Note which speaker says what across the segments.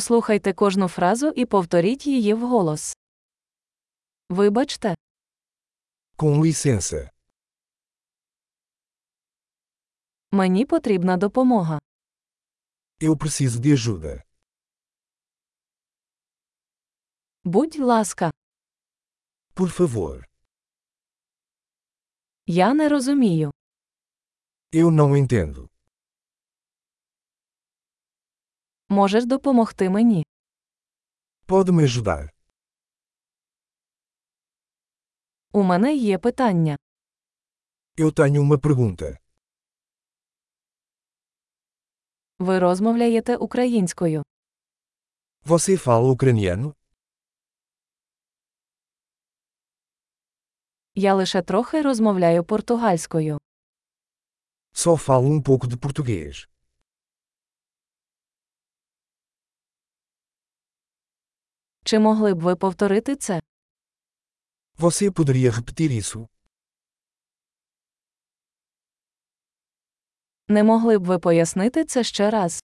Speaker 1: Послухайте кожну фразу і повторіть її вголос. Вибачте,
Speaker 2: Com licença.
Speaker 1: мені потрібна допомога.
Speaker 2: Eu preciso de ajuda.
Speaker 1: Будь ласка,
Speaker 2: Por favor.
Speaker 1: я не розумію.
Speaker 2: Eu não entendo.
Speaker 1: Можеш допомогти мені?
Speaker 2: Pode me ajudar?
Speaker 1: У мене є питання.
Speaker 2: Eu tenho uma pergunta.
Speaker 1: Ви розмовляєте українською.
Speaker 2: Você fala ucraniano?
Speaker 1: Я лише трохи розмовляю португальською.
Speaker 2: Só falo um pouco de português.
Speaker 1: Чи могли б ви повторити це?
Speaker 2: Você poderia repetir isso?
Speaker 1: Не могли б ви пояснити це ще раз?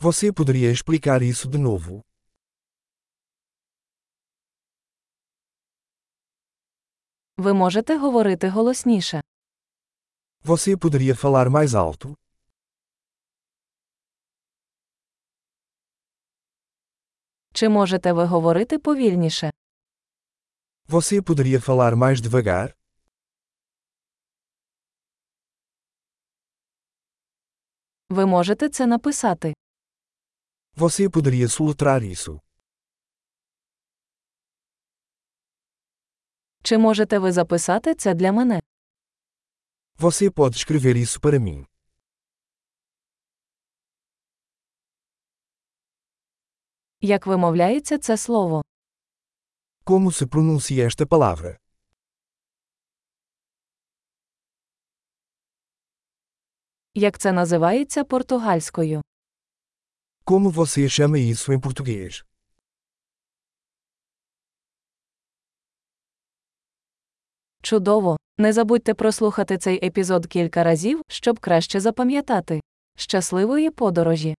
Speaker 2: Você poderia explicar isso de novo?
Speaker 1: Ви можете говорити голосніше.
Speaker 2: Você poderia falar mais alto?
Speaker 1: Чи можете ви говорити повільніше?
Speaker 2: Você poderia falar mais devagar?
Speaker 1: Ви можете це написати.
Speaker 2: Você poderia soletrar isso?
Speaker 1: Чи можете ви записати це для мене?
Speaker 2: Você pode escrever isso para mim?
Speaker 1: Як вимовляється це слово?
Speaker 2: Como se pronuncia esta palavra?
Speaker 1: Як це називається португальською?
Speaker 2: Como você chama isso em português?
Speaker 1: Чудово! Не забудьте прослухати цей епізод кілька разів, щоб краще запам'ятати. Щасливої подорожі!